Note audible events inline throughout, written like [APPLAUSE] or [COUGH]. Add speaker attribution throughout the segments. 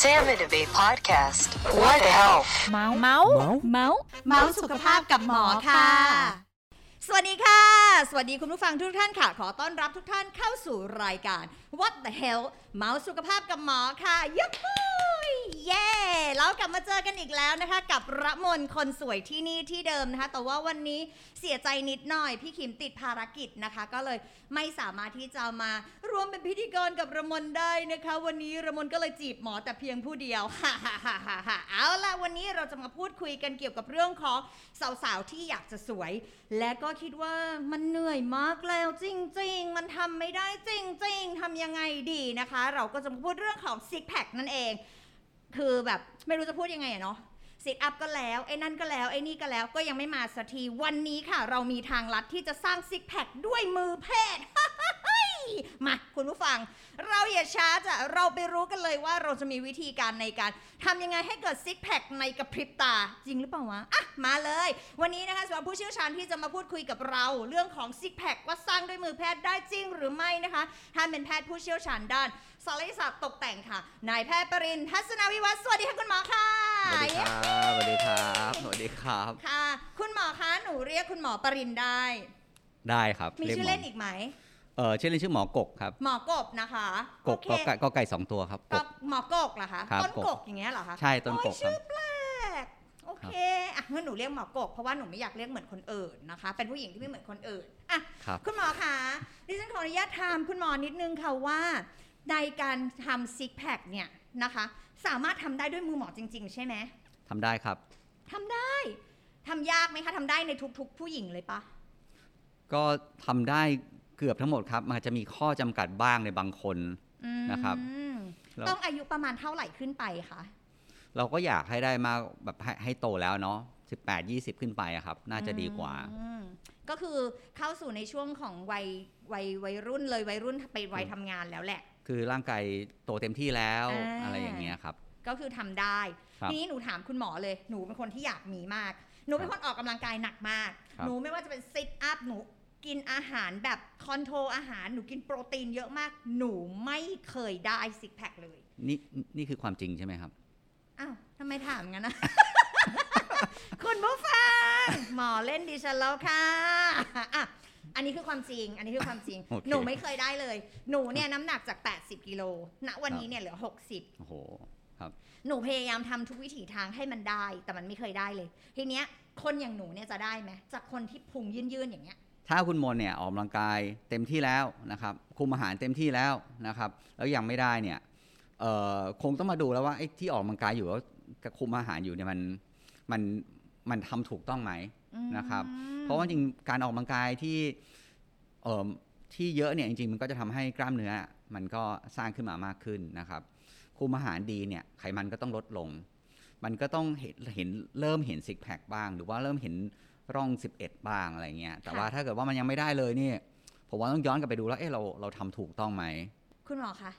Speaker 1: Sam and Abe podcast. What the hell?
Speaker 2: เมาส์เมาส์เมาส์
Speaker 3: เมาส์สุขภาพกับหมอค่ะ สวัสดีค่ะ สวัสดีคุณผู้ฟังทุกท่านค่ะ ขอต้อนรับทุกท่านเข้าสู่รายการ What the hell เมาส์สุขภาพกับหมอค่ะยับฮูยเย่แล้วกลับมาเจอกันอีกแล้วนะคะ กับระมนคนสวยที่นี่ที่เดิมนะคะ แต่ว่าวันนี้เสียใจนิดหน่อย พี่ขิมติดภารกิจนะคะ ก็เลยไม่สามารถที่จะมา รวมเป็นพิธีกรกับระมนได้นะคะ วันนี้ระมนก็เลยจีบหมอแต่เพียงผู้เดียว [LAUGHS] ฮ่าฮ่าฮ่าฮ่าฮ่าเอาล่ะวันนี้เราจะมาพูดคุยกันเกี่ยวกับเรื่องของ สาวๆ ที่อยากจะสวย และก็คิดว่ามันเหนื่อยมากแล้วจริง ๆ มันทำไม่ได้จริง ๆทำยังไงดีนะคะ เราก็จะมาพูดเรื่องของซิกแพคนั่นเอง คือแบบไม่รู้จะพูดยังไงอะเนาะซิทอัพก็แล้วไอ้นั่นก็แล้วไอ้นี่ก็แล้วก็ยังไม่มาสักทีวันนี้ค่ะ เรามีทางลัดที่จะสร้างซิกแพคด้วยมือแพทย์ [LAUGHS] มาคุณผู้ฟัง เราอย่าช้าจะเราไปรู้กันเลยว่าเราจะมีวิธีการในการทำยังไงให้เกิดซิกแพคในกระพริบตาจริงหรือเปล่าวะอ่ะมาเลย วันนี้นะคะสำหรับผู้เชี่ยวชาญที่จะมาพูดคุยกับเรา เรื่องของซิกแพคว่าสร้างด้วยมือแพทย์ได้จริงหรือไม่นะคะท่านเป็นแพทย์ผู้เชี่ยวชาญด้านศัลยศาสตร์ตกแต่งค่ะนายแพทย์ปรินทร์ทัศนวิวัฒน์สวัสดีค่ะคุณหมอค่ะ
Speaker 4: สวัสดีครับสวัสดีครับ สวัสดีครับ
Speaker 3: ค่ะ คุณหมอคะหนูเรียกคุณหมอปรินทร์ได้
Speaker 4: ได้ครับ
Speaker 3: มี
Speaker 4: รีย
Speaker 3: ชื่อ
Speaker 4: ห
Speaker 3: เล่นอีกไหม
Speaker 4: เออชื่อเล่นชื่อหมอกกครับ
Speaker 3: หมอกบนะคะ
Speaker 4: ก
Speaker 3: โอก เค
Speaker 4: ก็ไก่ก็ไก่สองตัวครับก
Speaker 3: ก็
Speaker 4: ก
Speaker 3: หมอกกเหรอคะ
Speaker 4: ครับ
Speaker 3: ต้น
Speaker 4: กก
Speaker 3: กกอย่างเงี้ยเหรอคะ
Speaker 4: ใช่ต้นก
Speaker 3: โอ้
Speaker 4: กค
Speaker 3: ย
Speaker 4: รั
Speaker 3: ชื่
Speaker 4: บ
Speaker 3: อแปลกโอเคอ่ะงั้นหนูเรียกหมอกก เพราะว่าหนูไม่อยากเรียกเหมือนคนอื่นนะคะ เป็นผู้หญิงที่ไม่เหมือนคนอื่นอ่ะ
Speaker 4: ครับ
Speaker 3: คุณหมอคะดิฉันขออนุญาตถามคุณหมอนิดนึงค่ะว่าในการทำซิกแพคเนี่ยนะคะ สามารถทำได้ด้วยมือหมอจริง ๆ ใช่ไหม
Speaker 4: ทำได้ครับ
Speaker 3: ทำได้ทำยากไหมคะทำได้ในทุก ๆ ผู้หญิงเลยปะ
Speaker 4: ก็ทำได้เกือบทั้งหมดครับ มันอาจจะมีข้อจำกัดบ้างในบางคน
Speaker 3: อืม
Speaker 4: นะครับ เรา
Speaker 3: ต้องอายุประมาณเท่าไหร่ขึ้นไปคะ
Speaker 4: เราก็อยากให้ได้มากแบบให้ให้โตแล้วเนาะ18 20 ขึ้นไปอะครับ น่าจะดีกว่า
Speaker 3: อืมก็คือเข้าสู่ในช่วงของวัยวัยวัยรุ่นเลยวัยรุ่นไปวัยทำงานแล้วแหละ
Speaker 4: คือร่างกายโตเต็มที่แล้ว
Speaker 3: อ่า
Speaker 4: อะไรอย่างเงี้ยครับ
Speaker 3: ก็คือทำได้
Speaker 4: ครับ
Speaker 3: ทีนี้หนูถามคุณหมอเลย หนูเป็นคนที่อยากมีมาก หนูเป็นคนออกกำลังกายหนักมาก
Speaker 4: ครับ
Speaker 3: หนูไม่ว่าจะเป็นซิทอัพ หนูกินอาหารแบบคอนโทรลอาหาร หนูกินโปรตีนเยอะมาก หนูไม่เคยได้ซิกแพคเลย
Speaker 4: นี่นี่คือความจริงใช่ไหมครับ
Speaker 3: อ้าวทำไมถามงั้น
Speaker 4: [LAUGHS]
Speaker 3: นะ คุณผู้ฟัง หมอเล่นดิฉันแล้วค่ะอ่ะ อันนี้คือความจริง อันนี้คือความจริง
Speaker 4: [LAUGHS] โอเค
Speaker 3: หนูไม่เคยได้เลย หนูเนี่ยน้ำหนักจาก 80 กิโล ณ วันนี้เนี่ยเหลือ 60
Speaker 4: โอ้โห
Speaker 3: หนูพยายามทำทุกวิถีทางให้มันได้ แต่มันไม่เคยได้เลย ทีเนี้ยคนอย่างหนูเนี่ยจะได้ไหมจากคนที่พุงยื่นๆอย่างเงี้ย
Speaker 4: ถ้าคุณมนต์เนี่ยออกกำลังกายเต็มที่แล้วนะครับ คุมอาหารเต็มที่แล้วนะครับ แล้วยังไม่ได้เนี่ยเอ่อคงต้องมาดูแล้วว่าไอ้ที่ออกกำลังกายอยู่แล้วกับคุมอาหารอยู่เนี่ยมันมันมันทำถูกต้องไหม นะครับ เพราะว่าจริงการออกกำลังกายที่เอ่อที่เยอะเนี่ยจริงๆมันก็จะทำให้กล้ามเนื้อ มันก็สร้างขึ้นมามากขึ้นนะครับ คุมอาหารดีเนี่ยไขมันก็ต้องลดลง มันก็ต้องเห็นเห็นเริ่มเห็นซิกแพคบ้าง หรือว่าเริ่มเห็นร่อง 11 บ้างอะไรเงี้ยแต่
Speaker 3: ค่ะ
Speaker 4: ว่าถ้าเกิดว่ามันยังไม่ได้เลยนี่ผมว่าต้องย้อนกลับไปดูแล้วเอะเราเราทำถูกต้องไหม
Speaker 3: คุณหมอคะ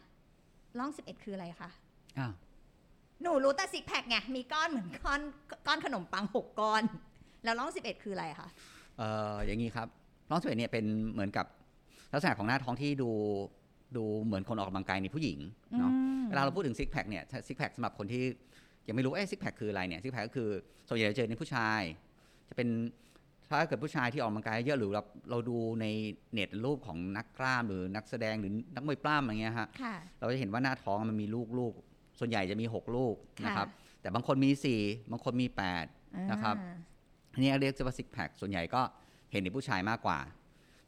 Speaker 3: ร่อง 11 คืออะไรคะ
Speaker 4: อ้าว
Speaker 3: หนูรู้แต่ซิกแพคไง มีก้อนเหมือนก้อนก้อนขนมปัง 6 ก้อน แล้วร่อง 11 คืออะไรคะ
Speaker 4: เอ่ออย่างนี้ครับร่อง11เนี่ยเป็นเหมือนกับลักษณะของหน้าท้องที่ดูดูเหมือนคนออกกำลังกายในผู้หญิงเนาะ เวลาเราพูดถึงซิกแพคเนี่ยซิกแพคสำหรับคนที่ยังไม่รู้เอ้ซิกแพคคืออะไรเนี่ยซิกแพคก็คือส่วนใหญ่จะเจอในผู้ชาย จะเป็นถ้าเกิดผู้ชายที่ออกกำลังกายเยอะหรือเราเราดูในเน็ตรูปของนักกล้ามหรือนักแสดงหรือนักมวยปล้ำอะไรเงี้ยฮะ
Speaker 3: ค่ะ
Speaker 4: เราจะเห็นว่าหน้าท้องมันมีลูกลูกส่วนใหญ่จะมี 6 ลูกนะครับแต่บางคนมี 4 บางคนมี 8 นะครับ อันนี้เรียกว่าซิกแพคส่วนใหญ่ก็เห็นในผู้ชายมากกว่า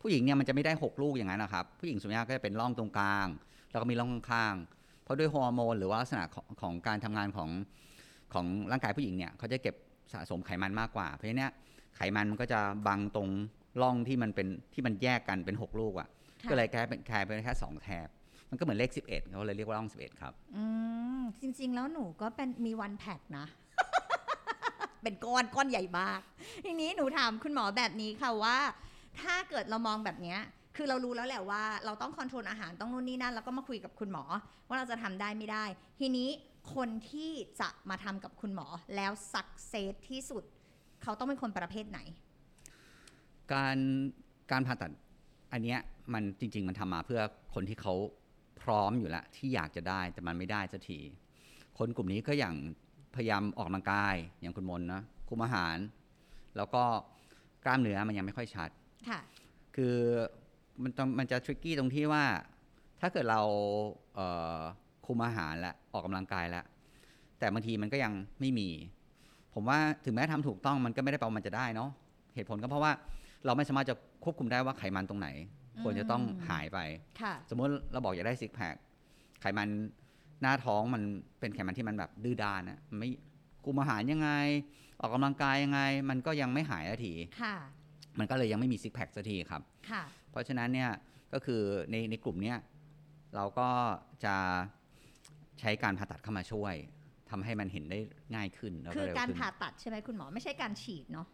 Speaker 4: ผู้หญิงเนี่ยมันจะไม่ได้ 6 ลูกอย่างนั้นนะครับ ผู้หญิงส่วนใหญ่ก็จะเป็นร่องตรงกลาง แล้วก็มีร่องข้างๆเพราะด้วยฮอร์โมนหรือว่าลักษณะของของการทำงานของของร่างกายผู้หญิงเนี่ยเขาจะเก็บสะสมไขมันมากกว่า เพราะฉะนั้นเนยไขมันมันก็จะบังตรงร่องที่มันเป็นที่มันแยกกันเป็น 6 ลูกอะ่ะ
Speaker 3: ค่ะ
Speaker 4: ก็เลยกลายเป็นกลายเป็นแค่สองแถบมันก็เหมือนเลข 11เขาเลยเรียกว่าร่อง 11 ครับ
Speaker 3: อืมจริงๆ แล้วหนูก็เป็นมีวันแพกนะ [LAUGHS] เป็นก้อนก้อนใหญ่มาก ทีนี้หนูถามคุณหมอแบบนี้ค่ะว่า ถ้าเกิดเรามองแบบเนี้ย คือเรารู้แล้วแหละว่า เราต้องคอนโทรลอาหารต้องนู่นนี่นั่นแล้วก็มาคุยกับคุณหมอ ว่าเราจะทำได้ไม่ได้ ทีนี้คนที่จะมาทำกับคุณหมอแล้วสักเซสที่สุด เขาต้องเป็นคนประเภทไหน
Speaker 4: การการผ่าตัดอันเนี้ยมันจริง ๆ มันทำมาเพื่อคนที่เขาพร้อมอยู่แล้วที่อยากจะได้แต่มันไม่ได้สักที คนกลุ่มนี้ก็อย่างพยายามออกกำลังกายอย่างคุณมนต์นะคุมอาหาร แล้วก็กล้ามเนื้อมันยังไม่ค่อยชัด
Speaker 3: ค่ะ
Speaker 4: คือมันต้องมันจะทริกกี้ตรงที่ว่า ถ้าเกิดเราเอ่อคุมอาหารและออกกำลังกายแล้ว แต่บางทีมันก็ยังไม่มี ผมว่าถึงแม้ทำถูกต้องมันก็ไม่ได้แปลว่ามันจะได้เนาะเหตุผลก็เพราะว่าเราไม่สามารถจะควบคุมได้ว่าไขมันตรงไหน ควรจะต้องหายไป
Speaker 3: ค่ะ
Speaker 4: สมมติเราบอกอยากได้ซิกแพคไขมันหน้าท้องมันเป็นไขมันที่มันแบบดื้อด้านนะมันไม่กุมอาหารยังไง ออกกำลังกายยังไง มันก็ยังไม่หายสักที
Speaker 3: ค่ะ
Speaker 4: มันก็เลยยังไม่มีซิกแพคสักทีครับ
Speaker 3: ค่ะ
Speaker 4: เพราะฉะนั้นเนี่ยก็คือในในกลุ่มเนี้ยเราก็จะใช้การผ่าตัดเข้ามาช่วยทำให้มันเห็นได้ง่ายขึ้นแล้ว
Speaker 3: คือ
Speaker 4: เว
Speaker 3: การ
Speaker 4: ขึ้น
Speaker 3: ผ่าตัดใช่ไหมคุณหมอไม่ใช่การฉีดเนาะ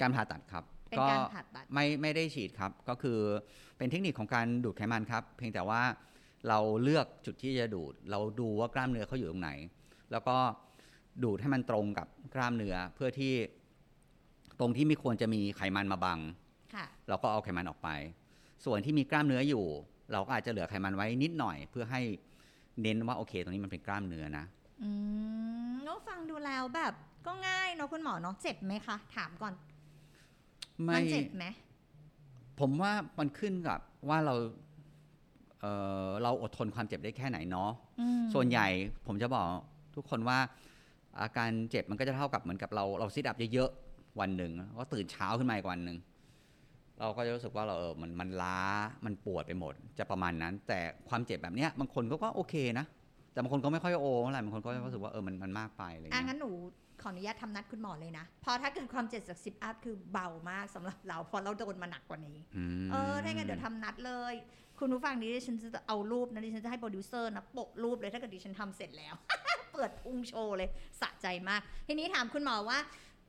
Speaker 4: การผ่าตัดครับ
Speaker 3: เป็นการผ่าตัด
Speaker 4: ไม่ไม่ได้ฉีดครับ ก็คือเป็นเทคนิคของการดูดไขมันครับ เพียงแต่ว่าเราเลือกจุดที่จะดูด เราดูว่ากล้ามเนื้อเขาอยู่ตรงไหน แล้วก็ดูดให้มันตรงกับกล้ามเนื้อเพื่อที่ตรงที่ไม่ควรจะมีไขมันมาบัง
Speaker 3: ค่ะ
Speaker 4: เราก็เอาไขมันออกไป ส่วนที่มีกล้ามเนื้ออยู่ เราก็อาจจะเหลือไขมันไว้นิดหน่อย เพื่อให้เน้นว่าโอเค ตรงนี้มันเป็นกล้ามเนื้อนะ
Speaker 3: อืมโน้ฟังดูแล้วแบบก็ง่ายเนาะคุณหมอเนาะเจ็บไหมคะ ถามก่อน มั
Speaker 4: ไม่
Speaker 3: เจ็บไหม
Speaker 4: ผมว่ามันขึ้นกับว่าเราเอ่อเราอดทนความเจ็บได้แค่ไหนเนาะ
Speaker 3: อืม
Speaker 4: ส่วนใหญ่ผมจะบอกทุกคนว่า อาการเจ็บมันก็จะเท่ากับเหมือนกับเราเราซิดับเยอะๆวันหนึ่งแล้วก็ตื่นเช้าขึ้นมาอีกวันหนึ่งเราก็จะรู้สึกว่าเราเออมันมันล้ามันปวดไปหมด จะประมาณนั้น แต่ความเจ็บแบบเนี้ยบางคนเขาก็โอเคนะ แต่บางคนก็ไม่ค่อยโอเท่าไหร่บางคนก็รู้สึกว่าเออมันมันมากไปอะไรอย่าง
Speaker 3: อ่ะ
Speaker 4: เงี้ย
Speaker 3: งั้นหนูขออนุญาตทำนัดคุณหมอเลยนะ เพราะถ้าเกิดความเจ็บจากสิบอัพคือเบามากสำหรับเราเพราะเราโดนมาหนักกว่านี้
Speaker 4: ม
Speaker 3: เออถ้างั้นเดี๋ยวทำนัดเลย คุณผู้ฟังนี้ดิฉันจะเอารูปนะดิฉันจะให้โปรดิวเซอร์นะปกรูปเลยถ้าเกิดดิฉันทำเสร็จแล้ว [LAUGHS] เปิดพุงโชว์เลยสะใจมาก ทีนี้ถามคุณหมอว่า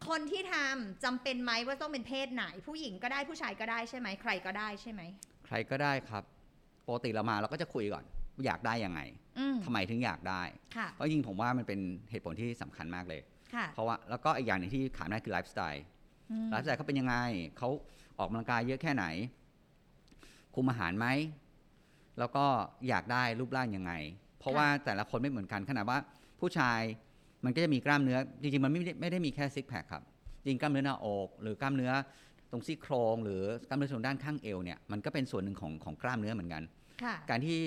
Speaker 3: คนที่ทำจำเป็นไหมว่าต้องเป็นเพศไหน ผู้หญิงก็ได้ผู้ชายก็ได้ใช่ไหมใครก็ได้ใช่ไหม
Speaker 4: ใครก็ได้ครับปกติเรามาเราก็จะคุยก่อน อยากได้ยังไง
Speaker 3: อืม
Speaker 4: ทำไมถึงอยากได้
Speaker 3: ค่ะ
Speaker 4: เพราะจริงๆผมว่ามันเป็นเหตุผลที่สำคัญมากเลย
Speaker 3: ค่ะ
Speaker 4: เพราะว่าแล้วก็อีกอย่างหนึงที่ขามได้คือไลฟ์สไตล์
Speaker 3: อืม
Speaker 4: ไลฟ์สไตล์เขาเป็นยังไง เขาออกกำลังกายเยอะแค่ไหน คุมอาหารไหม แล้วก็อยากได้รูปร่างยังไง เพราะว่าแต่ละคนไม่เหมือนกันขนาดว่าผู้ชายมันก็จะมีกล้ามเนื้อ จริงๆ มันไม่ได้ไม่ได้มีแค่ซิกแพคครับ จริงๆกล้ามเนื้อหน้าอก หรือกล้ามเนื้อตรงซี่โครง หรือกล้ามเนื้อส่วนด้านข้างเอวเนี่ย มันก็เป็นส่วนหนึ่งของของกล้ามเนื้อเหมือนกัน
Speaker 3: ค่ะ
Speaker 4: การที่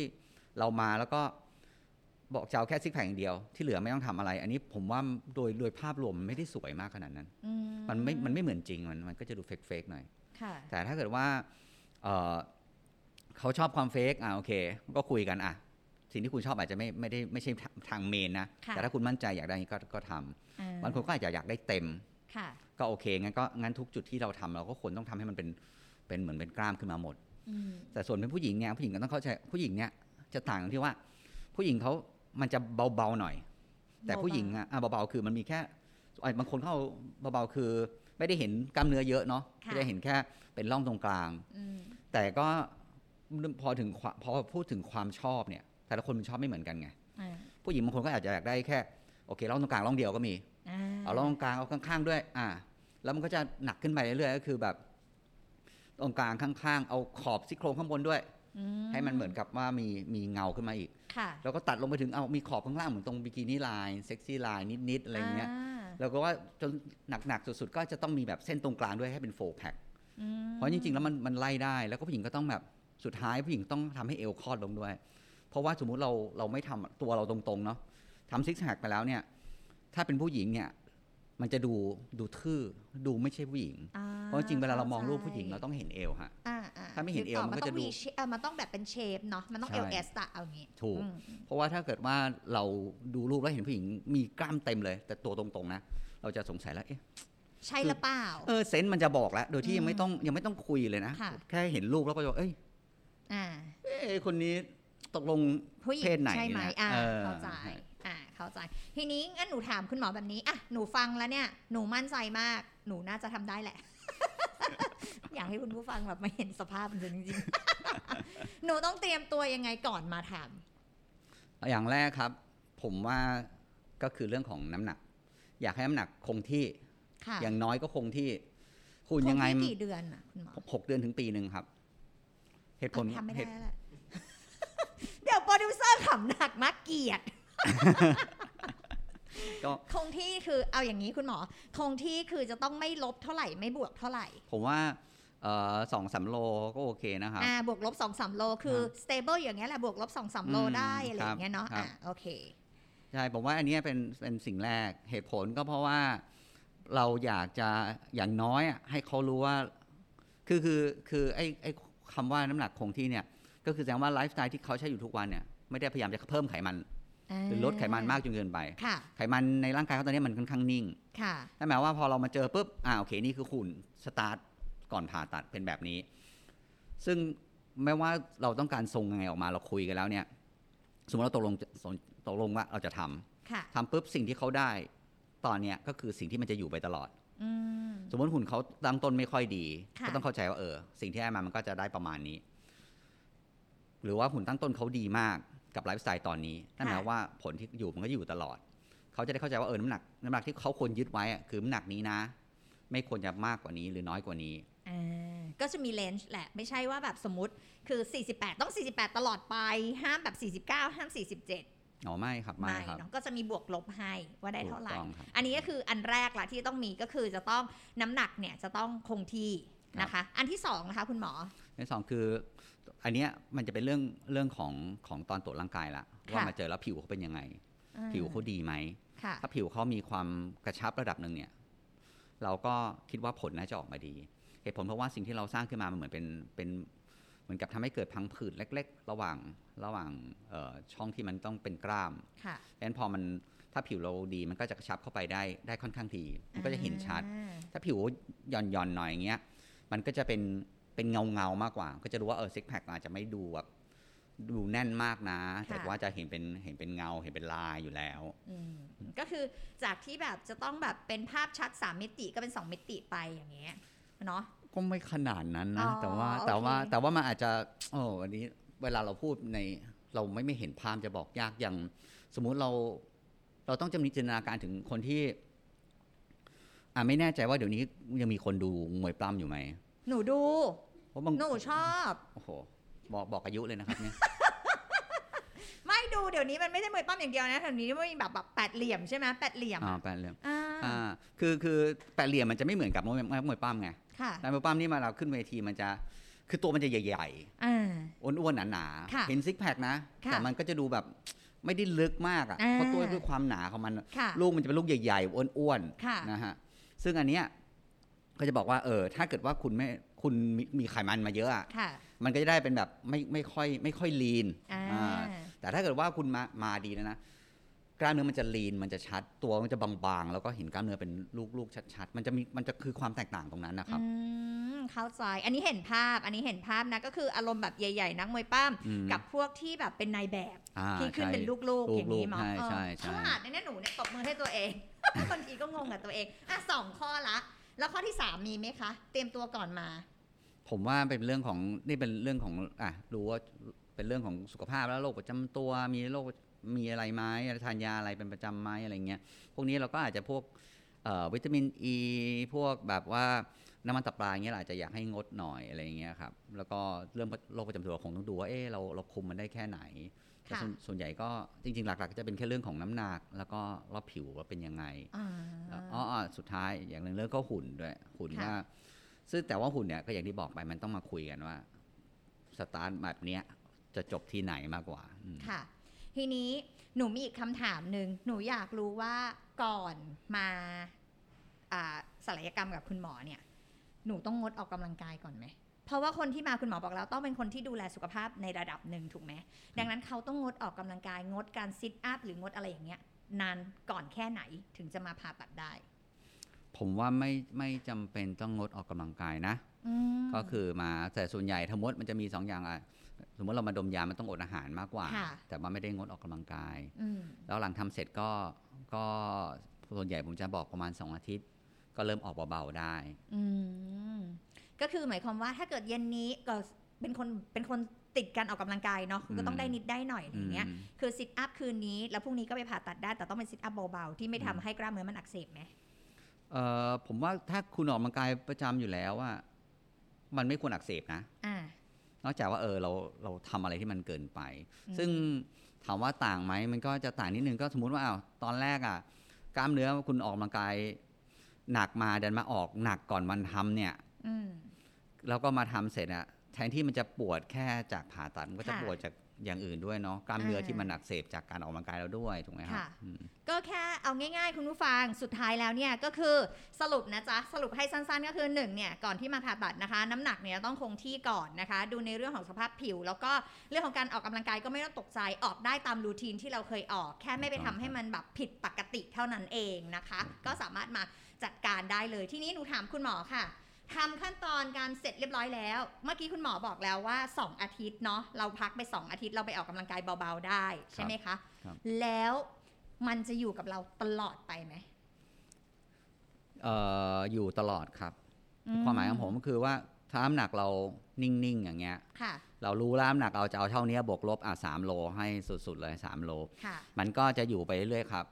Speaker 4: เรามาแล้วก็บอกจะเอาแค่ซิกแพคอย่างเดียว ที่เหลือไม่ต้องทำอะไร อันนี้ผมว่าโดยโดยภาพรวมมันไม่ได้สวยมากขนาดนั้น
Speaker 3: อื
Speaker 4: มันไม่ มันไม่เหมือนจริง มัน มันก็จะดูเฟกเฟกหน่อย
Speaker 3: ค่ะ
Speaker 4: แต่ถ้าเกิดว่าเอ่อเขาชอบความเฟกอ่ะโอเค ก็คุยกันอ่ะ สิ่งที่คุณชอบอาจจะไม่ ไม่ได้ ไม่ใช่ทางทางเมนนะ
Speaker 3: ะ
Speaker 4: แต่ถ้าคุณมั่นใจอยากได้ก็ ก็ท
Speaker 3: อ่
Speaker 4: ำบางคนก็อาจจะอยากได้เต็ม
Speaker 3: ค่ะ
Speaker 4: ก็โอเค งั้นก็ งั้นทุกจุดที่เราทำเราก็ควรต้องทำให้มันเป็น เป็นเหมือนเป็นกล้ามขึ้นมาหมด
Speaker 3: อืม
Speaker 4: แต่ส่วนเป็นผู้หญิงเนี่ย ผู้หญิงก็ต้องเข้าใจ ผู้หญิงเนี่ยจะต่างตรงที่ว่า ผู้หญิงเขา มันจะเบาๆหน่อย แต่ผู้หญิงอะอ่ะเบาๆคือมันมีแค่ไอ้บางคนเขาเอาเบาๆคือ ไม่ได้เห็นกล้ามเนื้อเยอะเนาะ
Speaker 3: ค่ะ
Speaker 4: ไม่ได้เห็นแค่เป็นร่องตรงกลาง
Speaker 3: อืม
Speaker 4: แต่ก็พอถึงความพอพูดถึงความชอบเนี่ย แต่ละคนมันชอบไม่เหมือนกันไง
Speaker 3: อ่า
Speaker 4: ผู้หญิงบางคนก็อาจจะอยากได้แค่โอเคร่องตรงกลางร่องเดียวก็มีเอาร่องตรงกลางเอาข้างๆด้วย อ่า แล้วมันก็จะหนักขึ้นไปเรื่อยๆก็คือแบบ ตรงกลางข้างๆเอาขอบซี่โครงข้างบนด้วย
Speaker 3: อื
Speaker 4: ให้มันเหมือนกับว่ามีมีเงาขึ้นมาอีก
Speaker 3: ค่ะ
Speaker 4: แล้วก็ตัดลงไปถึงเอามีขอบข้างล่างเหมือนตรงบิกินี่ไลน์เซ็กซี่ไลน์นิดๆอะไรอย่างเงี้ย
Speaker 3: า
Speaker 4: แล้วก็ว่าจนหนักๆสุดๆ ก็จะต้องมีแบบเส้นตรงกลางด้วยให้เป็นโฟร์แพ็ค
Speaker 3: อืม
Speaker 4: เพราะจริงๆ แล้วมันมันไล่ได้ แล้วก็ผู้หญิงก็ต้องแบบสุดท้ายผู้หญิงต้องทำให้เอวคลอดลงด้วย เพราะว่าสมมุติเราเราไม่ทำตัวเราตรงๆ เนาะทำซิกแพคไปแล้วเนี่ย ถ้าเป็นผู้หญิงเนี่ย มันจะดูดูทื่อดูไม่ใช่ผู้หญิง
Speaker 3: อ่
Speaker 4: เพราะจริงๆเวลาเรามองรูปผู้หญิงเรา
Speaker 3: ข้ใจ
Speaker 4: ต้องเห็นเอวฮะ
Speaker 3: อ่อ่
Speaker 4: ถ้าไม่เห็นเอวมันก็
Speaker 3: ต้
Speaker 4: จะ
Speaker 3: ง
Speaker 4: ดู
Speaker 3: V shape เอ่อมันต้องแบบเป็นเชฟเนาะมันต้อง
Speaker 4: ใช่
Speaker 3: เอลเอสอะเอางี้
Speaker 4: ถูก
Speaker 3: อืม
Speaker 4: เพราะว่าถ้าเกิดว่าเราดูรูปแล้วเห็นผู้หญิงมีกล้ามเต็มเลย แต่ตัวตรงๆนะเราจะสงสัยแล้วเอ๊ะ
Speaker 3: ใช่หรือเปล่า
Speaker 4: เออเซนส์มันจะบอกแล้ว โดยที่ยังไม่ต้องยังไม่ต้องคุยเลยนะ
Speaker 3: ค่ะ
Speaker 4: แค่เห็นรูปแล้วก็จะบอกเอ้ย
Speaker 3: อ่า
Speaker 4: เอ้ยคนนี้ตกลง
Speaker 3: ผู้หญิง
Speaker 4: เพศไหน
Speaker 3: ใช่ไหม
Speaker 4: นะ
Speaker 3: อ่า
Speaker 4: เออ
Speaker 3: เข้าใจ
Speaker 4: ใช่
Speaker 3: อ่าเข้าใจ ทีนี้งั้นหนูถามคุณหมอแบบนี้อ่ะหนูฟังแล้วเนี่ยหนูมั่นใจมาก หนูน่าจะทำได้
Speaker 4: [LAUGHS]
Speaker 3: แหละ อยากให้คุณผู้ฟังแบบมาเห็นสภาพมันจริง
Speaker 4: [LAUGHS]
Speaker 3: ๆ หนูต้องเตรียมตัวยังไงก่อนมาท
Speaker 4: อย่างแรกครับ ผมว่าก็คือเรื่องของน้ำหนัก อยากให้น้ำหนักคงที่
Speaker 3: ำค่ะ
Speaker 4: อย่างน้อยก็คงที่ คุ
Speaker 3: ค
Speaker 4: ณ
Speaker 3: ง
Speaker 4: ยังไง
Speaker 3: ที่กี่เดือนอะคุณหมอ
Speaker 4: หกเดือนถึงปีหนึ่งครับ เหตุผล
Speaker 3: ทำไม่
Speaker 4: เห
Speaker 3: ได้
Speaker 4: ตุ
Speaker 3: แล้วแหละ [LAUGHS] เดี๋ยวโปรดิวเซอร์ขำหนักมากเกลียด
Speaker 4: ก็
Speaker 3: คงที่คือเอาอย่างนี้คุณหมอ คงที่คือจะต้องไม่ลบเท่าไหร่ไม่บวกเท่าไหร่
Speaker 4: ผมว่าเอ่อสองสามโลก็โอเคนะครับ
Speaker 3: อ่าบวกลบ2อสโลคือ
Speaker 4: ครับ
Speaker 3: stable อย่างเงี้ยแหละบวกลบ2อสโล
Speaker 4: อืม
Speaker 3: ได้อะไร
Speaker 4: ค
Speaker 3: อ
Speaker 4: รับ
Speaker 3: ย่างเงี้ยเนาะ
Speaker 4: ครั
Speaker 3: อ่า
Speaker 4: บ
Speaker 3: โอเค
Speaker 4: ใช่ผมว่าอันเนี้ยเป็นเป็นสิ่งแรกเหตุผลก็เพราะว่าเราอยากจะอย่างน้อยอะให้เขารู้ว่า คือคือคือไอ้ไอ้คำว่าน้ำหนักคงที่เนี่ย ก็คือแสดงว่าไลฟ์สไตล์ที่เขาใช้อยู่ทุกวันเนี่ยไม่ได้พยายามจะเพิ่มไขมัน หรือลดไขมันมากจนเกินไป
Speaker 3: ค่ะ
Speaker 4: ไขมันในร่างกายเขาตอนนี้มันค่อนข้างนิ่ง
Speaker 3: ค่ะ
Speaker 4: นั่นหมายว่าพอเรามาเจอปุ๊บอ่าโอเคนี่คือหุ่นสตาร์ทก่อนผ่าตัดเป็นแบบนี้ ซึ่งไม่ว่าเราต้องการทรงยังไงออกมาเราคุยกันแล้วเนี่ย สมมติเราตกลงตกลงว่าเราจะทำ
Speaker 3: ค่ะ
Speaker 4: ทำปุ๊บสิ่งที่เขาได้ตอนเนี้ยก็คือสิ่งที่มันจะอยู่ไปตลอด
Speaker 3: อืม
Speaker 4: สมมติหุ่นเขาตั้งต้นไม่ค่อยดี
Speaker 3: ค่ะ
Speaker 4: ก็ต้องเข้าใจว่าเออ สิ่งที่ได้มามันก็จะได้ประมาณนี้ หรือว่าหุ่นตั้งต้นเขาดีมากกับไลฟ์สไตล์ตอนนี้นั่นหมายความว่าผลที่อยู่มันก็อยู่ตลอด เขาจะได้เข้าใจว่าเออน้ำหนักน้ำหนักที่เขาควรยึดไว้อะคือน้ำหนักนี้นะ ไม่ควรจะมากกว่านี้หรือน้อยกว่านี้
Speaker 3: อ่าก็จะมีเลนจ์แหละ ไม่ใช่ว่าแบบสมมติคือ 48 ต้อง 48 ตลอดไป ห้ามแบบ 49 ห้าม 47
Speaker 4: อ๋อไม่ครับไม่ครับ
Speaker 3: เนาะก็จะมีบวกลบให้ว่าได้เท่าไหร่
Speaker 4: ถูกต้องครับ
Speaker 3: อันนี้ก็คืออันแรกละที่ต้องมีก็คือจะต้องน้ำหนักเนี่ยจะต้องคงที่
Speaker 4: ครับ
Speaker 3: นะคะ อันที่สองนะคะคุณหมอ
Speaker 4: ในสองคืออันเนี้ยมันจะเป็นเรื่องเรื่องของของตอนตรวจร่างกายละว่า
Speaker 3: ค่ะ
Speaker 4: มาเจอแล้วผิวเขาเป็นยังไง
Speaker 3: อืม
Speaker 4: ผิวเขาดีไหม
Speaker 3: ค่ะ
Speaker 4: ถ้าผิวเขามีความกระชับระดับหนึ่งเนี่ย เราก็คิดว่าผลน่าจะออกมาดี เหตุผลเพราะว่าสิ่งที่เราสร้างขึ้นมามันเหมือนเป็นเป็นเหมือนกับทำให้เกิดพังผืดเล็ก ๆ ระหว่างระหว่างเอ่อช่องที่มันต้องเป็นกล้าม
Speaker 3: ค่ะ
Speaker 4: เพราะฉะนั้นพอมันถ้าผิวเราดีมันก็จะกระชับเข้าไปได้ได้ค่อนข้างดีมันก็จะเห็นชัด
Speaker 3: อ่า
Speaker 4: ถ้าผิวหย่อนๆหน่อยอย่างเงี้ย มันก็จะเป็นเป็นเงาเงาๆมากกว่า ก็จะรู้ว่าเออซิกแพคอาจจะไม่ดูแบบดูแน่นมากนะ แต่
Speaker 3: ค่ะ
Speaker 4: ว่าจะเห็นเป็นเห็นเป็นเงาเห็นเป็นลายอยู่แล้ว
Speaker 3: อืมก็คือจากที่แบบจะต้องแบบเป็นภาพชัด 3 มิติก็เป็น 2 มิติไปอย่างเงี้ยเนาะ
Speaker 4: ก็ไม่ขนาดนั้นนะ
Speaker 3: อ๋อ
Speaker 4: แต่ว่า
Speaker 3: โอเค
Speaker 4: แต่ว่าแต่ว่ามันอาจจะโอ้วันนี้เวลาเราพูดในเราไม่ไม่เห็นภาพจะบอกยากอย่าง สมมุติเราเราต้องจำนินจินตนาการถึงคนที่ อ่าไม่แน่ใจว่าเดี๋ยวนี้ยังมีคนดูมวยปล้ำอยู่ไหม
Speaker 3: หนูดู
Speaker 4: เพราะบาง
Speaker 3: หนูชอบ
Speaker 4: โอ้โหบอกบอกอายุเลยนะครับเนี่ย
Speaker 3: ไม่ดูเดี๋ยวนี้มันไม่ได้มวยปั้มอย่างเดียวนะแถวนี้มันมีแบบแบบแปดเหลี่ยมใช่ไหมแปดเหลี่ยม
Speaker 4: อ่า
Speaker 3: อะ
Speaker 4: แปดเหลี่ยม
Speaker 3: อ่า
Speaker 4: อ่า คือคือแปดเหลี่ยมมันจะไม่เหมือนกับมวยมวยปล้ำไง
Speaker 3: ค่ะ
Speaker 4: แต่มวยปล้ำนี่มาเราขึ้นเวทีมันจะ คือตัวมันจะใหญ่ ๆ
Speaker 3: อ่า
Speaker 4: อ้วนๆหนา
Speaker 3: ค่ะ
Speaker 4: ๆเห็นซิกแพคนะ
Speaker 3: ค่ะ
Speaker 4: แต่มันก็จะดูแบบไม่ได้ลึกมากอ่ะ
Speaker 3: อ่า
Speaker 4: เพราะด้วยด้วยความหนาของมัน
Speaker 3: ค่ะ
Speaker 4: ลูกมันจะเป็นลูกใหญ่ๆ อ้วน
Speaker 3: ค่ะ
Speaker 4: ๆนะฮะซึ่งอันเนี้ยก็จะบอกว่าเออถ้าเกิดว่าคุณไม่คุณมีมีไขมันมาเยอะอะ
Speaker 3: ค่ะ
Speaker 4: มันก็จะได้เป็นแบบไม่ไม่ค่อยไม่ค่อยลีน
Speaker 3: อ่า
Speaker 4: แต่ถ้าเกิดว่าคุณมามาดีนะนะกล้ามเนื้อมันจะลีนมันจะชัดตัวมันจะบางๆ แล้วก็เห็นกล้ามเนื้อเป็นลูกๆชัดๆมันจะมีมันจะคือความแตกต่างตรงนั้นนะครับ
Speaker 3: อืมเข้าใจอันนี้เห็นภาพอันนี้เห็นภาพนะก็คืออารมณ์แบบใหญ่ ๆ นักมวยปั้ม
Speaker 4: อืม
Speaker 3: กับพวกที่แบบเป็นนายแบบ
Speaker 4: อ่า
Speaker 3: ที่ขึ้น
Speaker 4: ใช่
Speaker 3: เป็นลูกๆอย่างนี้หมอ
Speaker 4: ลูกๆใช่
Speaker 3: เออ
Speaker 4: ใช่ใช่
Speaker 3: ฉลาดนะเนี่ยหนูเนี่ยตบมือให้ตัวเอง [LAUGHS] บางทีก็งงกับตัวเองอ่ะสองข้อละ แล้วข้อที่สามมีไหมคะ เตรียมตัวก่อนมา
Speaker 4: ผมว่าเป็นเรื่องของนี่เป็นเรื่องของอ่ะรู้ว่าเป็นเรื่องของสุขภาพแล้วโรคประจำตัวมีโรคมีอะไรไหมทานยาอะไรเป็นประจำไหมอะไรเงี้ยพวกนี้เราก็อาจจะพวกเอ่อวิตามินอ e, ีพวกแบบว่าน้ำมันตับปลาอย่างเงี้ยเราอาจจะอยากให้งดหน่อยอะไรเงี้ยครับแล้วก็เรื่องโรคประจำตัวคงต้องดูว่าเออเราเราคุมมันได้แค่ไหนแต่
Speaker 3: ค่ะ
Speaker 4: ส่วนส่วนใหญ่ก็จริง ๆ หลักๆก็จะเป็นแค่เรื่องของน้ำหนักแล้วก็รอบผิวว่าเป็นยังไง
Speaker 3: อ่า
Speaker 4: อ๋ออ๋อสุดท้ายอย่างหนึ่งเรื่องก็หุ่นด้วยหุ่น
Speaker 3: ค่ะ
Speaker 4: ว่า ซึ่งแต่ว่าหุ่นเนี่ยก็อย่างที่บอกไปมันต้องมาคุยกันว่าสตาร์ทแบบเนี้ยจะจบที่ไหนมากกว่าอืม
Speaker 3: ค่ะ ทีนี้หนูมีอีกคำถามหนึ่งหนูอยากรู้ว่าก่อนมาอ่าศัลยกรรมกับคุณหมอเนี่ย หนูต้องงดออกกำลังกายก่อนไหม เพราะว่าคนที่มาคุณหมอบอกแล้วต้องเป็นคนที่ดูแลสุขภาพในระดับหนึ่งถูกไหม ดังนั้นเขาต้องงดออกกำลังกาย งดการซิทอัพหรืองดอะไรอย่างเงี้ย นานก่อนแค่ไหนถึงจะมาผ่าตัดได้
Speaker 4: ผมว่าไม่ไม่จำเป็นต้องงดออกกำลังกายนะ
Speaker 3: อืม
Speaker 4: ก็คือมาแต่ส่วนใหญ่ทั้งหมดมันจะมีสองอย่างอะสมมติเรามาดมยามันต้องอดอาหารมากกว่า
Speaker 3: ค่ะ
Speaker 4: แต่ว่าไม่ได้งดออกกำลังกาย
Speaker 3: ม
Speaker 4: แล้วหลังทำเสร็จก็ก็ส่วนใหญ่ผมจะบอกประมาณสองอาทิตย์ ก็เริ่มออกเบาๆได้
Speaker 3: อืมก็คือหมายความว่าถ้าเกิดเย็นนี้ก็เป็นคนเป็นคนติดการออกกำลังกายเนาะคุณก็ต้องได้นิดได้หน่อยอะไรอย่างเงี้ย
Speaker 4: อืม
Speaker 3: คือซิทอัพคืนนี้ แล้วพรุ่งนี้ก็ไปผ่าตัดได้ แต่ต้องเป็นซิทอัพเบาๆ ที่ไม่ทำให้กล้ามเนื้อมันอักเสบไหม
Speaker 4: เอ่อผมว่าถ้าคุณออกกำลังกายประจำอยู่แล้วอะมันไม่ควรอักเสบนะ
Speaker 3: อ่า
Speaker 4: นอกจากว่าเออเราเราทำอะไรที่มันเกินไป
Speaker 3: อืม
Speaker 4: ซึ่งถามว่าต่างไหมมันก็จะต่างนิดนึงก็สมมุติว่าอ้าวตอนแรกอะ กล้ามเนื้อคุณออกกำลังกายหนักมาดันมาออกหนักก่อนวันทำเนี่ย
Speaker 3: อืม
Speaker 4: แล้วก็มาทำเสร็จอะแทนที่มันจะปวดแค่จากผ่าตัดมันก็จะ
Speaker 3: ค่ะ
Speaker 4: ปวดจากอย่างอื่นด้วยเนาะกล้ามเนื้ออา ที่มันหนักเสพจากการออกกำลังกายเราด้วยถูกไหมครับ
Speaker 3: ค่ะ
Speaker 4: อืม
Speaker 3: ก็แค่เอาง่ายๆ คุณผู้ฟังสุดท้ายแล้วเนี่ยก็คือสรุปนะจ๊ะ สรุปให้สั้นๆ ก็คือ1เนี่ยก่อนที่มาผ่าตัดนะคะ น้ำหนักเนี่ยต้องคงที่ก่อนนะคะ ดูในเรื่องของสภาพผิว แล้วก็เรื่องของการออกกำลังกายก็ไม่ต้องตกใจออกได้ตามรูทีนที่เราเคยออก แค่ไม่ไปทำให้มันแบบผิดปกติเท่านั้นเองนะคะ ก็สามารถมาจัดการได้เลยที่นี้หนูถามคุณหมอค่ะทำขั้นตอนการเสร็จเรียบร้อยแล้ว เมื่อกี้คุณหมอบอกแล้วว่า 2 อาทิตย์เนาะเราพักไป 2 อาทิตย์เราไปออกกำลังกายเบาๆได้ใช่ไหมคะ
Speaker 4: ครับ
Speaker 3: แล้วมันจะอยู่กับเราตลอดไปไหม
Speaker 4: เอ่ออยู่ตลอดครับ ความหมายของผมก็คือว่าถ้าน้ำหนักเรานิ่งๆอย่างเงี้ย
Speaker 3: ค่ะ
Speaker 4: เรารู้แล้วน้ำหนักเราจะเอาเท่านี้บวกลบอ่ะสามโลให้สุดๆเลยสามโล
Speaker 3: ค่ะ
Speaker 4: มันก็จะอยู่ไปเรื่อยๆครับ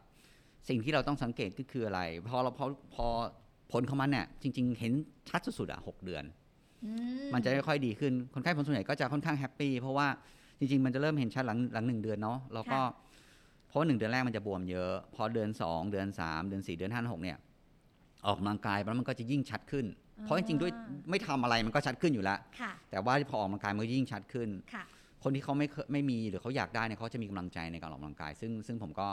Speaker 4: สิ่งที่เราต้องสังเกตก็คืออะไรพอเราพอพอผลของมันเนี่ยจริง ๆ เห็นชัดสุดๆอ่ะหกเดือน
Speaker 3: อื
Speaker 4: มันจะค่อยๆดีขึ้น คนไข้ผลส่วนใหญ่ก็จะค่อนข้างแฮปปี้เพราะว่าจริง ๆ มันจะเริ่มเห็นชัดหลังหลังหนึ่งเดือนเนาะแล้วก็เพราะว่าหนึ่งเดือนแรกมันจะบวมเยอะ พอเดือน 2 เดือน 3 เดือน 4 เดือนห้าหกเนี่ย ออกกำลังกายแล้วมันก็จะยิ่งชัดขึ้น เพราะจริงๆด้วยไม่ทำอะไรมันก็ชัดขึ้นอยู่แล้ว
Speaker 3: ค่ะ
Speaker 4: แต่ว่าพอออกกำลังกายมันก็ยิ่งชัดขึ้น
Speaker 3: ค่ะ
Speaker 4: คนที่เขาไม่เคยไม่มีหรือเขาอยากได้เนี่ยเขาจะมีกำลังใจในการออกกำลังกาย ซึ่งซึ่งผมก็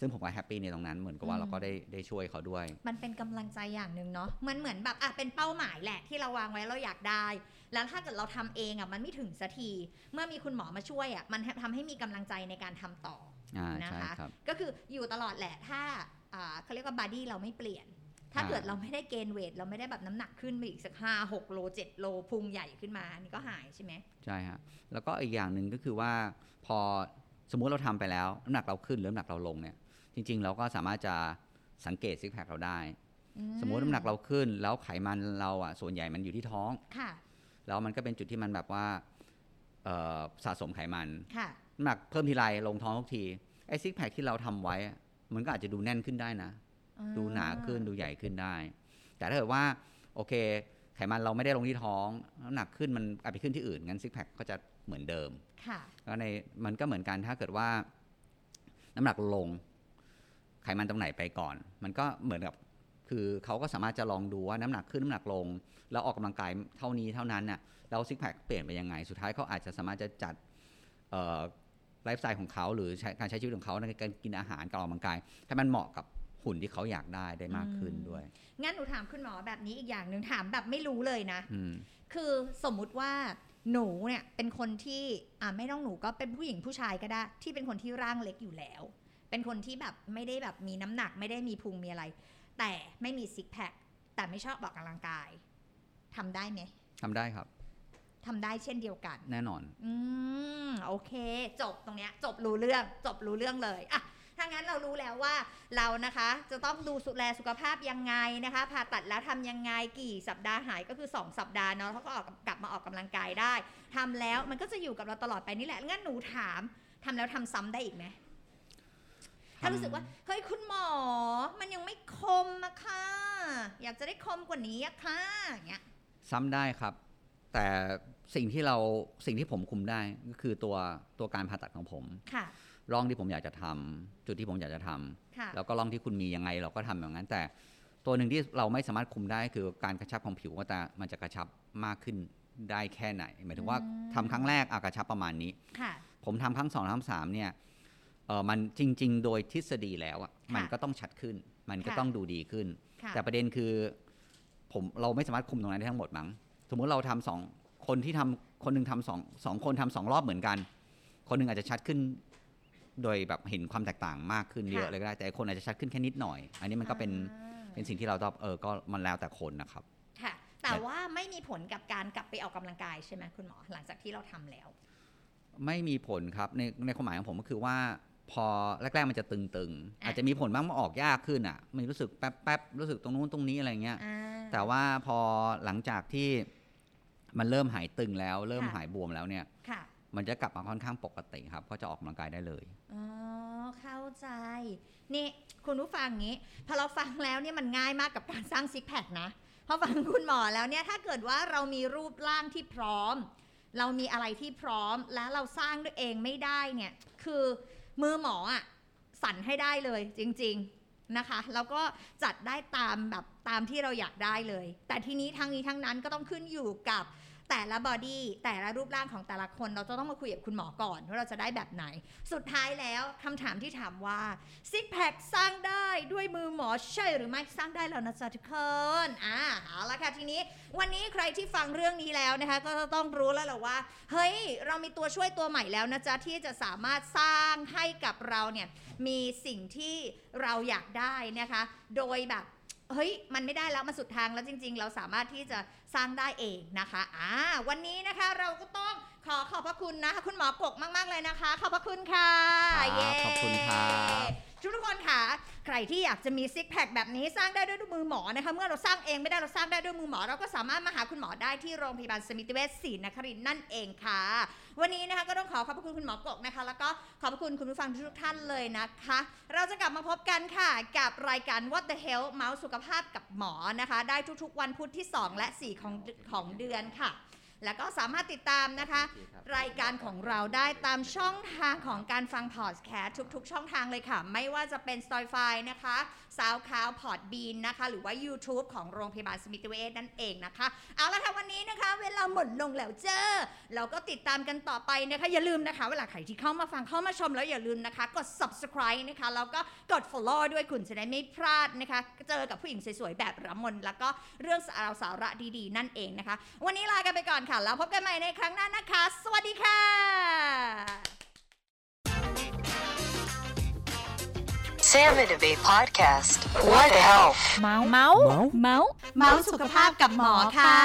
Speaker 4: ซึ่งผมก็แฮปปี้ในตรงนั้น เหมือนกับว่า
Speaker 3: อืม
Speaker 4: เราก็ได้ได้ช่วยเขาด้วย
Speaker 3: มันเป็นกำลังใจอย่างหนึ่งเนาะ มันเหมือนแบบอ่ะเป็นเป้าหมายแหละที่เราวางไว้เราอยากได้ แล้วถ้าเกิดเราทำเองอ่ะมันไม่ถึงสักที เมื่อมีคุณหมอมาช่วยอ่ะมันทำให้มีกำลังใจในการทำต่อ
Speaker 4: อ่า
Speaker 3: นะ
Speaker 4: ใช่
Speaker 3: คะ
Speaker 4: ครับ
Speaker 3: ก็คืออยู่ตลอดแหละ ถ้าอ่าเขาเรียกว่าบอดี้เราไม่เปลี่ยน ถ้า
Speaker 4: อ่า
Speaker 3: เกิดเราไม่ได้เกณฑ์เวทเราไม่ได้แบบน้ำหนักขึ้นไปอีกสักห้าหกโลเจ็ดโลพุงใหญ่ขึ้นมาอันนี่ก็หายใช่ไหม
Speaker 4: ใช่ฮะแล้วก็อีกอย่างหนึ่งก็คือว่าพอสมมุติเราทำไปแล้วน้ำหนักเราขึ้นหรือน้ำหนักเราลงเนี่ยจริง ๆ เราก็สามารถจะสังเกตซิกแพคเราได้ สมมุติน้ำหนักเราขึ้น แล้วไขมันเราอ่ะส่วนใหญ่มันอยู่ที่ท้อง
Speaker 3: ค่ะ
Speaker 4: แล้วมันก็เป็นจุดที่มันแบบว่าเอ่อสะสมไขมัน
Speaker 3: ค่ะ
Speaker 4: น้ำหนักเพิ่มทีไรลงท้องทุกทีไอ้ซิกแพคที่เราทำไว้อะมันก็อาจจะดูแน่นขึ้นได้นะ ดูหนาขึ้นดูใหญ่ขึ้นได้ แต่ถ้าเกิดว่าโอเค ไขมันเราไม่ได้ลงที่ท้องน้ำหนักขึ้นมันอาจไปขึ้นที่อื่นงั้นซิกแพคก็จะเหมือนเดิม
Speaker 3: ค่ะ
Speaker 4: ก็ในมันก็เหมือนกันถ้าเกิดว่า น้ำหนักลง ไขมันตรงไหนไปก่อน มันก็เหมือนกับ คือเขาก็สามารถจะลองดูว่าน้ำหนักขึ้นน้ำหนักลง แล้วออกกำลังกายเท่านี้เท่านั้นน่ะแล้วซิกแพคเปลี่ยนไปยังไง สุดท้ายเขาอาจจะสามารถจะจัดเอ่อไลฟ์สไตล์ของเขาหรือใช้การใช้ชีวิตของเขาในการกินอาหารการออกกำลังกายให้มันเหมาะกับหุ่นที่เขาอยากได้ได้มากขึ้นด้วย
Speaker 3: งั้นหนูถามคุณหมอแบบนี้อีกอย่างหนึ่งถามแบบไม่รู้เลยนะ
Speaker 4: อืม
Speaker 3: คือสมมุติว่าหนูเนี่ยเป็นคนที่อ่าไม่ต้องหนูก็เป็นผู้หญิงผู้ชายก็ได้ ที่เป็นคนที่ร่างเล็กอยู่แล้ว เป็นคนที่แบบไม่ได้แบบมีน้ำหนักไม่ได้มีพุงมีอะไร แต่ไม่มีซิกแพคแต่ไม่ชอบออกกำลังกายทำได้ไหม
Speaker 4: ทำได้ครับ
Speaker 3: ทำได้เช่นเดียวกัน
Speaker 4: แน่นอน
Speaker 3: อืม โอเค จบตรงเนี้ย จบรู้เรื่อง จบรู้เรื่องเลยอ่ะถ้างั้นเรารู้แล้วว่าเรานะคะ จะต้องดูสุแลสุขภาพยังไงนะคะ ผ่าตัดแล้วทำยังไงกี่สัปดาห์หายก็คือ 2 สัปดาห์เนาะเขาก็ออกกลับมาออกกำลังกายได้ทำแล้วมันก็จะอยู่กับเราตลอดไปนี่แหละงั้นหนูถามทำแล้วทำซ้ำได้อีกไหมถ้ารู้สึกว่าเฮ้ยคุณหมอ มันยังไม่คมอะค่ะอยากจะได้คมกว่านี้อะค่ะอย่างเงี้ย
Speaker 4: ซ้ำได้ครับ แต่สิ่งที่เราสิ่งที่ผมคุมได้ก็คือตัวตัวการผ่าตัดของผม
Speaker 3: ค่ะ
Speaker 4: ร่องที่ผมอยากจะทำจุดที่ผมอยากจะทำ
Speaker 3: ค่ะ
Speaker 4: แล้วก็ร่องที่คุณมียังไงเราก็ทำอย่างนั้น แต่ตัวหนึ่งที่เราไม่สามารถคุมได้คือการกระชับของผิวว่าแต่มันจะกระชับมากขึ้นได้แค่ไหน หมายถึงว่าทำครั้งแรกอากระชับประมาณนี้
Speaker 3: ค่ะ
Speaker 4: ผมทำครั้งสองครั้งสามเนี่ยเออมันจริง ๆ โดยทฤษฎีแล้วอะ
Speaker 3: ค่ะ
Speaker 4: มันก็ต้องชัดขึ้น มันก็
Speaker 3: ค่ะ
Speaker 4: ต้องดูดีขึ้น
Speaker 3: ค่ะ
Speaker 4: แต่ประเด็นคือผมเราไม่สามารถคุมตรงนั้นได้ทั้งหมดมั้งสมมุติเราทำสองคนที่ทำคนหนึ่งทำสองสองคนทำสองรอบเหมือนกัน คนหนึ่งอาจจะชัดขึ้น โดยแบบเห็นความแตกต่างมากขึ้นเยอะเลยก็ได้แต่คนอาจจะชัดขึ้นแค่นิดหน่อย อันนี้มันก็เป็น
Speaker 3: อ่า
Speaker 4: เป็นสิ่งที่เราต้องเออก็มันแล้วแต่คนนะครับ
Speaker 3: ค่ะ แต่
Speaker 4: แต่
Speaker 3: ว่าไม่มีผลกับการกลับไปออกกำลังกายใช่ไหมคุณหมอ หลังจากที่เราทำแล้ว
Speaker 4: ไม่มีผลครับในในความหมายของผมก็คือว่า พอแรกๆมันจะตึงๆ
Speaker 3: อ่ะ
Speaker 4: อาจจะมีผลบ้างมันออกยากขึ้นอ่ะมันรู้สึกแป๊บๆรู้สึกตรงนู้นตรงนี้อะไรเงี้ย
Speaker 3: อ่า
Speaker 4: แต่ว่าพอหลังจากที่มันเริ่มหายตึงแล้ว เริ่ม
Speaker 3: ค่ะ
Speaker 4: หายบวมแล้วเนี่ย
Speaker 3: ค่ะ
Speaker 4: มันจะกลับมาค่อนข้างปกติครับ ก็จะออกกำลังกายได้เลย
Speaker 3: อ๋อเข้าใจ นี่คุณผู้ฟังงี้ พอเราฟังแล้วเนี่ยมันง่ายมากกับการสร้างซิกแพคนะพอฟังคุณหมอแล้วเนี่ยถ้าเกิดว่าเรามีรูปร่างที่พร้อม เรามีอะไรที่พร้อมและเราสร้างด้วยเองไม่ได้เนี่ย คือมือหมออะสั่นให้ได้เลยจริง ๆ นะคะ แล้วก็จัดได้ตามแบบตามที่เราอยากได้เลย แต่ทีนี้ทั้งนี้ทั้งนั้นก็ต้องขึ้นอยู่กับแต่ละบอดี้แต่ละรูปร่างของแต่ละคน เราจะต้องมาคุยกับคุณหมอก่อนว่าเราจะได้แบบไหน สุดท้ายแล้วคำถามที่ถามว่าซิกแพคสร้างได้ด้วยมือหมอใช่หรือไม่สร้างได้แล้วนะจ๊ะทุกคนอ่าเอาละค่ะทีนี้ วันนี้ใครที่ฟังเรื่องนี้แล้วนะคะ ก็จะต้องรู้แล้วแหละว่า เฮ้ย เรามีตัวช่วยตัวใหม่แล้วนะจ๊ะ ที่จะสามารถสร้างให้กับเราเนี่ย มีสิ่งที่เราอยากได้นะคะ โดยแบบ เฮ้ย มันไม่ได้แล้ว มันสุดทางแล้วจริง ๆ เราสามารถที่จะสร้างได้เองนะคะ อ่า วันนี้นะคะเราก็ต้องขอขอบพระคุณนะคะคุณหมอกกมาก ๆ เลยนะคะ ขอบพระคุณค่ะ
Speaker 4: ครับ
Speaker 3: เย้
Speaker 4: ขอบคุณครับ
Speaker 3: ทุกทุกคนค่ะ ใครที่อยากจะมีซิกแพคแบบนี้สร้างได้ด้วยมือหมอนะคะ เมื่อเราสร้างเองไม่ได้เราสร้างได้ด้วยมือหมอ เราก็สามารถมาหาคุณหมอได้ที่โรงพยาบาลสมิติเวชศรีนครินทร์นั่นเองค่ะ วันนี้นะคะก็ต้องขอขอบพระคุณคุณหมอกกนะคะ แล้วก็ขอบพระคุณคุณผู้ฟังทุกๆท่านเลยนะคะ เราจะกลับมาพบกันค่ะกับรายการ What the Health เมาส์สุขภาพกับหมอนะคะ ได้ทุกๆวันพุธที่ 2 และ 4 ของของเดือนค่ะ แล้วก็สามารถติดตามนะคะ
Speaker 4: โอเคครับ
Speaker 3: รายการของเราได้ตามช่องทางของการฟังพอดแคสต์ทุกๆ ช่องทางเลยค่ะ ไม่ว่าจะเป็น s t o r i f y นะคะสาวคาวพอดบีนนะคะ หรือว่า YouTube ของโรงพยาบาลสมิติเวชนั่นเองนะคะ เอาละค่ะ วันนี้นะคะ เวลาหมดลงแล้วเจ้อเราก็ติดตามกันต่อไปนะคะ อย่าลืมนะคะ เวลาใครที่เข้ามาฟังเข้ามาชมแล้วอย่าลืมนะคะ กด subscribe นะคะแล้วก็กด follow ด้วยคุณจะได้ไม่พลาดนะคะ เจอกับผู้หญิงสวยๆแบบระมนแล้วก็เรื่องสารสาระดีๆ นั่นเองนะคะ วันนี้ลากันไปก่อนค่ะ แล้วพบกันใหม่ในครั้งหน้านะคะ สวัสดีค่ะ
Speaker 1: Sam and Abe Podcast. What the health?
Speaker 2: Máu. Máu. Máu.
Speaker 3: เมาส์สุขภาพกับหมอค่ะ